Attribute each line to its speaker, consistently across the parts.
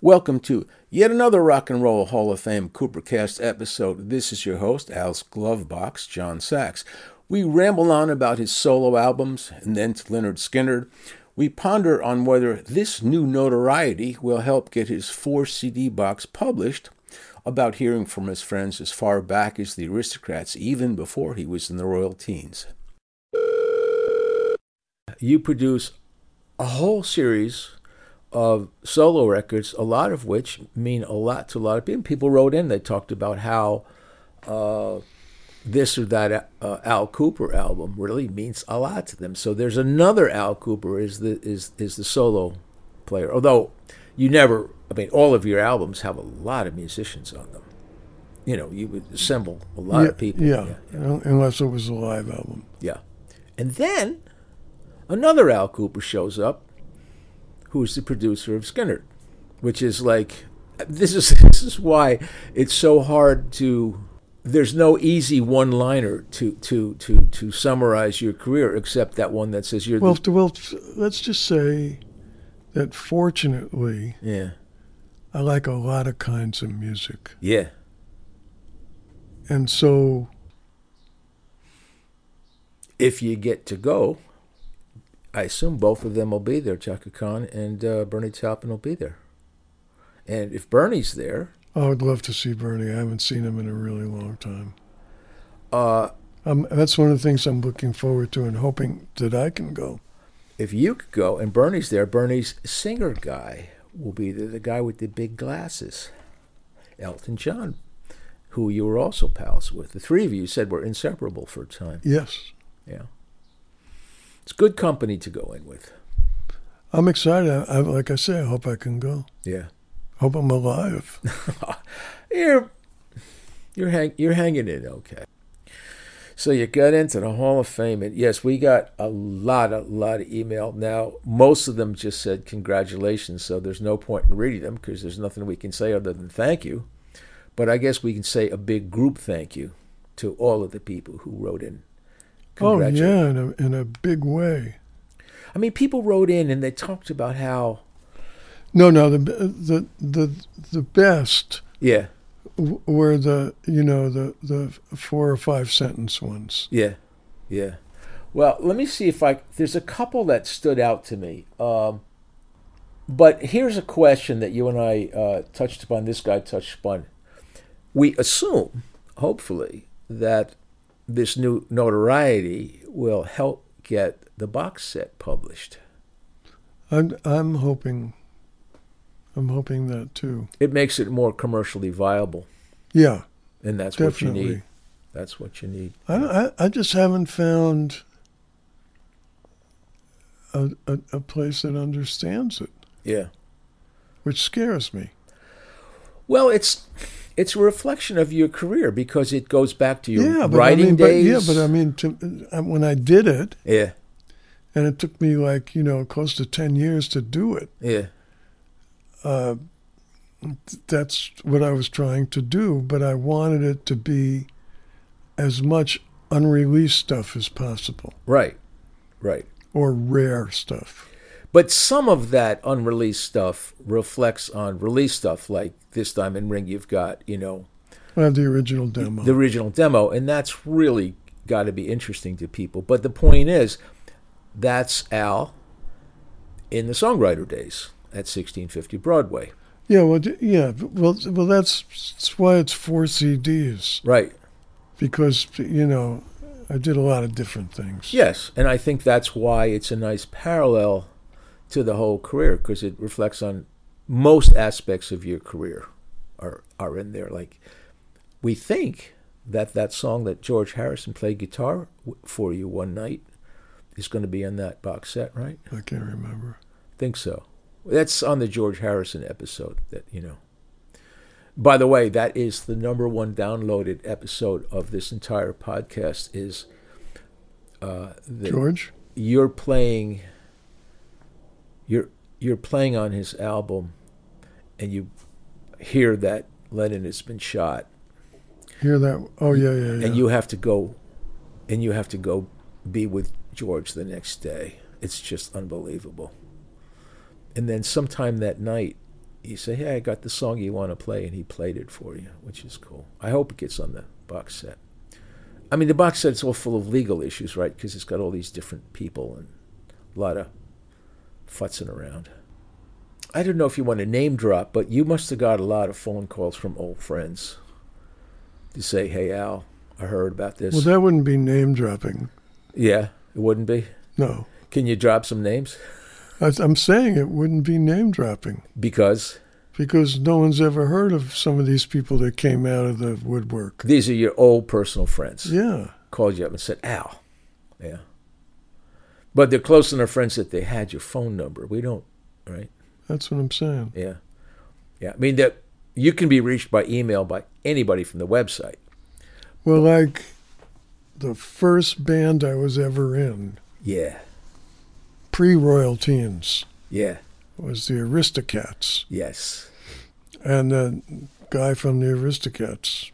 Speaker 1: Welcome to yet another Rock and Roll Hall of Fame Coopercast episode. This is your host, Al's Glovebox, John Sachs. We ramble on about his solo albums and then to Leonard Skinner. We ponder on whether this new notoriety will help get his four CD box published, about hearing from his friends as far back as the aristocrats, even before he was in the royal teens. You produce a whole series of solo records, a lot of which mean a lot to a lot of people. People wrote in, they talked about how uh, this or that uh, Al Cooper album really means a lot to them. So there's another Al Cooper is the is is the solo player. Although you never, I mean, all of your albums have a lot of musicians on them. You know, you would assemble a lot
Speaker 2: yeah,
Speaker 1: of people.
Speaker 2: yeah,
Speaker 1: yeah, yeah.
Speaker 2: un- unless it was a live album.
Speaker 1: Yeah. And then another Al Cooper shows up, who's the producer of Skinner, which is like this is this is why it's so hard to there's no easy one-liner to to to to summarize your career except that one that says you're
Speaker 2: Well,
Speaker 1: the,
Speaker 2: t- well, t- let's just say that fortunately,
Speaker 1: yeah
Speaker 2: I like a lot of kinds of music,
Speaker 1: yeah
Speaker 2: and so
Speaker 1: if you get to go I assume both of them will be there Chaka Khan and uh, Bernie Taupin will be there and if Bernie's there
Speaker 2: I would love to see Bernie. I haven't seen him in a really long time.
Speaker 1: uh
Speaker 2: Um, that's one of the things I'm looking forward to and hoping that I can go.
Speaker 1: if you could go and Bernie's there, Bernie's singer guy will be the, the guy with the big glasses, Elton John, who you were also pals with. The three of you said were inseparable for a time.
Speaker 2: Yes,
Speaker 1: Yeah. It's good company to go in with.
Speaker 2: I'm excited. I, I, like I say, I hope I can go.
Speaker 1: Yeah.
Speaker 2: Hope I'm alive.
Speaker 1: you're you're hang, you're hanging it okay. So you got into the Hall of Fame, and yes, we got a lot, a lot of email. Now most of them just said congratulations, so there's no point in reading them because there's nothing we can say other than thank you. But I guess we can say a big group thank you to all of the people who wrote in.
Speaker 2: oh
Speaker 1: Congratu-
Speaker 2: yeah, in a, in a big way.
Speaker 1: I mean, people wrote in and they talked about how
Speaker 2: No, no, the the the the best
Speaker 1: yeah,
Speaker 2: w- were the you know the the four or five sentence ones.
Speaker 1: Yeah, yeah. Well, let me see if I. There's a couple that stood out to me. Um, but here's a question that you and I uh, touched upon. This guy touched upon. We assume, hopefully, that this new notoriety will help get the box set published.
Speaker 2: I'm I'm hoping. I'm hoping that too.
Speaker 1: It makes it more commercially viable,
Speaker 2: Yeah,
Speaker 1: and that's what you need.
Speaker 2: definitely.
Speaker 1: That's what you need.
Speaker 2: I, I I just haven't found a, a a place that understands it,
Speaker 1: Yeah.
Speaker 2: which scares me.
Speaker 1: Well, it's it's a reflection of your career because it goes back to your
Speaker 2: yeah, but
Speaker 1: writing
Speaker 2: I mean,
Speaker 1: days.
Speaker 2: but um, yeah, but I mean, to, uh, when I did it,
Speaker 1: Yeah,
Speaker 2: and it took me like you know close to ten years to do it.
Speaker 1: yeah,
Speaker 2: uh, that's what I was trying to do, but I wanted it to be as much unreleased stuff as possible
Speaker 1: right, right.
Speaker 2: or rare stuff.
Speaker 1: But some of that unreleased stuff reflects on released stuff, like this diamond ring you've got, you know,
Speaker 2: I have the original demo.
Speaker 1: the original demo, and that's really got to be interesting to people. But the point is, that's Al in the songwriter days at 1650 Broadway,
Speaker 2: yeah, well, d- yeah, well, well, that's, that's why it's four CDs
Speaker 1: right?
Speaker 2: because you know I did a lot of different things.
Speaker 1: Yes, and I think that's why it's a nice parallel to the whole career because it reflects on most aspects of your career are are in there. Like we think that that song that George Harrison played guitar w- for you one night is going to be in that box set, right?
Speaker 2: I can't remember.
Speaker 1: Think so. That's on the George Harrison episode that you know. By the way, that is the number one downloaded episode of this entire podcast. Is uh, the
Speaker 2: George,
Speaker 1: you're playing you're you're playing on his album and you hear that Lennon has been shot
Speaker 2: hear that? Oh yeah, yeah, yeah.
Speaker 1: and you have to go and you have to go be with George the next day. It's just unbelievable. And then sometime that night you say, "Hey, I got the song you want to play," and he played it for you, which is cool. I hope it gets on the box set. I mean, the box set's all full of legal issues, right? Because it's got all these different people and a lot of futzing around. I don't know if you want to name drop, but you must have got a lot of phone calls from old friends to say, "Hey, Al, I heard about this."
Speaker 2: Well, that wouldn't be name dropping.
Speaker 1: yeah, it wouldn't be.
Speaker 2: No.
Speaker 1: Can you drop some names?
Speaker 2: I- I'm saying it wouldn't be name dropping
Speaker 1: Because
Speaker 2: because no one's ever heard of some of these people that came out of the woodwork.
Speaker 1: these are your old personal friends.
Speaker 2: Yeah.
Speaker 1: called you up and said, "Al, yeah." But they're close enough friends that they had your phone number. We don't, right?
Speaker 2: That's what I'm saying.
Speaker 1: Yeah, yeah. I mean that you can be reached by email by anybody from the website.
Speaker 2: Well, like the first band I was ever in,
Speaker 1: Yeah,
Speaker 2: pre Royal Teens,
Speaker 1: yeah,
Speaker 2: was the Aristocats.
Speaker 1: yes,
Speaker 2: And the guy from the Aristocats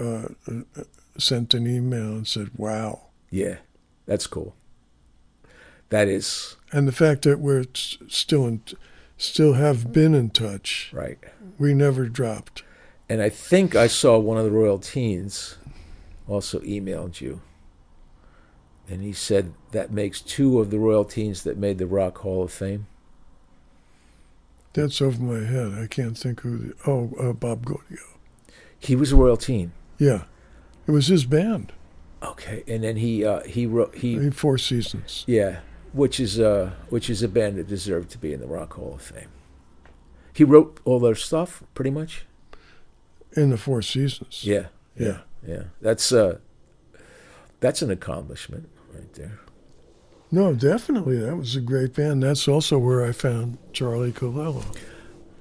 Speaker 2: uh, uh, sent an email and said, wow.
Speaker 1: yeah. That's cool. That is
Speaker 2: And the fact that we're s- still in, still have been in touch,
Speaker 1: right.
Speaker 2: we never dropped.
Speaker 1: And I think I saw one of the royal teens also emailed you. And he said that makes two of the royal teens that made the Rock Hall of Fame.
Speaker 2: That's over my head. I can't think who. The, oh, uh, Bob Godio.
Speaker 1: He was a royal teen.
Speaker 2: Yeah, it was his band.
Speaker 1: Okay, and then he uh, he wrote he
Speaker 2: Maybe Four Seasons.
Speaker 1: yeah, which is uh which is a band that deserved to be in the Rock Hall of Fame. He wrote all their stuff pretty much.
Speaker 2: In the Four Seasons.
Speaker 1: Yeah,
Speaker 2: Yeah.
Speaker 1: yeah. That's uh that's an accomplishment right there.
Speaker 2: No, definitely. That was a great band. That's also where I found Charlie Colello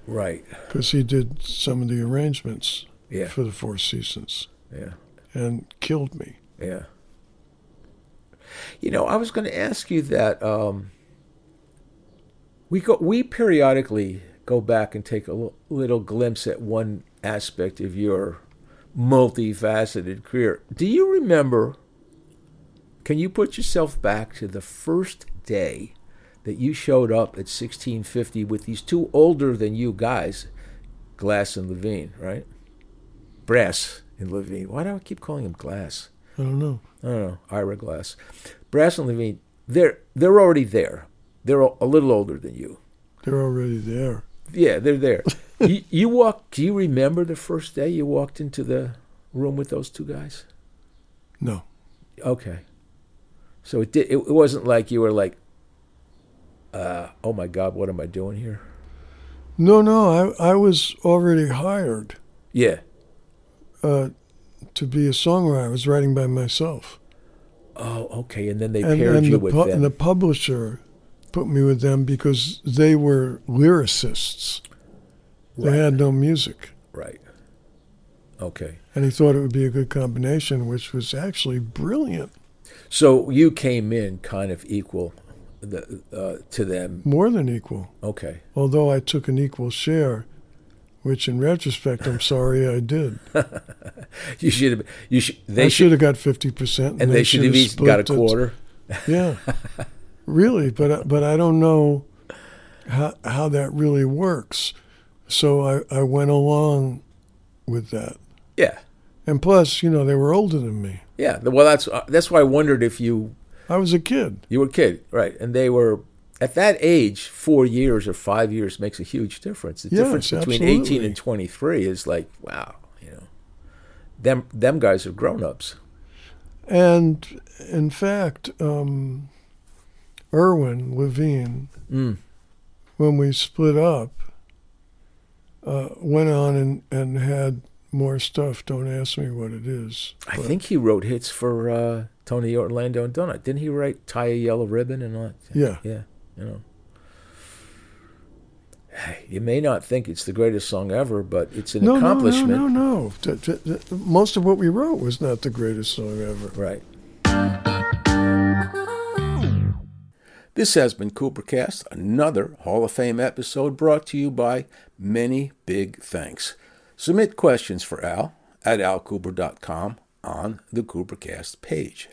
Speaker 1: Right.
Speaker 2: because he did some of the arrangements
Speaker 1: Yeah.
Speaker 2: for the Four Seasons
Speaker 1: Yeah.
Speaker 2: and killed me.
Speaker 1: Yeah. You know, I was going to ask you that um we go we periodically go back and take a l- little glimpse at one aspect of your multifaceted career. Do you remember? Can you put yourself back to the first day that you showed up at 1650 with these two older than you guys, Glass and Levine, right? Brass and Levine. Why do I keep calling him Glass?
Speaker 2: I don't know.
Speaker 1: I don't know, Ira Glass. Brass and Levine, they're they're already there. They're a a little older than you.
Speaker 2: They're already there.
Speaker 1: Yeah, they're there. you, you walk. Do you remember the first day you walked into the room with those two guys?
Speaker 2: No.
Speaker 1: Okay. So it did. It, it wasn't like you were like, uh, "Oh my God, what am I doing here?"
Speaker 2: No, no. I, I was already hired
Speaker 1: Yeah.
Speaker 2: uh, to be a songwriter. I was writing by myself.
Speaker 1: Oh, okay. And then they
Speaker 2: and,
Speaker 1: paired
Speaker 2: and
Speaker 1: you
Speaker 2: the
Speaker 1: with
Speaker 2: pu-
Speaker 1: them.
Speaker 2: and the publisher put me with them because they were lyricists.
Speaker 1: Right.
Speaker 2: They had no music,
Speaker 1: right. Okay.
Speaker 2: and he thought it would be a good combination, which was actually brilliant.
Speaker 1: So you came in kind of equal the, uh, to them.
Speaker 2: More than equal,
Speaker 1: Okay.
Speaker 2: although I took an equal share, which in retrospect, I'm sorry I did.
Speaker 1: You should have. You should. They
Speaker 2: I
Speaker 1: should.
Speaker 2: should have got 50%.
Speaker 1: And they should have each got a
Speaker 2: split it.
Speaker 1: quarter.
Speaker 2: Yeah, really, but I- but I don't know how how that really works. So I, I went along with that,
Speaker 1: Yeah,
Speaker 2: and plus, you know, they were older than me.
Speaker 1: yeah. Well, that's uh, that's why I wondered if you
Speaker 2: I was a kid.
Speaker 1: you were a kid, right? And they were at that age. Four years or five years makes a huge difference. The
Speaker 2: Yes,
Speaker 1: difference between eighteen
Speaker 2: absolutely.
Speaker 1: and twenty three is like wow, you know. Them them guys are grown ups.
Speaker 2: And in fact, um, Irwin Levine,
Speaker 1: Mm.
Speaker 2: when we split up, uh, went on and, and had more stuff. Don't ask me what it is.
Speaker 1: I
Speaker 2: but-
Speaker 1: think he wrote hits for uh, Tony Orlando and Donut. Didn't he write "Tie a Yellow Ribbon" and all? That?
Speaker 2: Yeah.
Speaker 1: yeah. You know. Hey, You may not think it's the greatest song ever, but it's an
Speaker 2: no, no, no,
Speaker 1: accomplishment.
Speaker 2: no, no. Th- th- th- Most of what we wrote was not the greatest song ever.
Speaker 1: Right. This has been Coopercast, another Hall of Fame episode brought to you by many big thanks. Submit questions for Al at alcooper.com on the Coopercast page.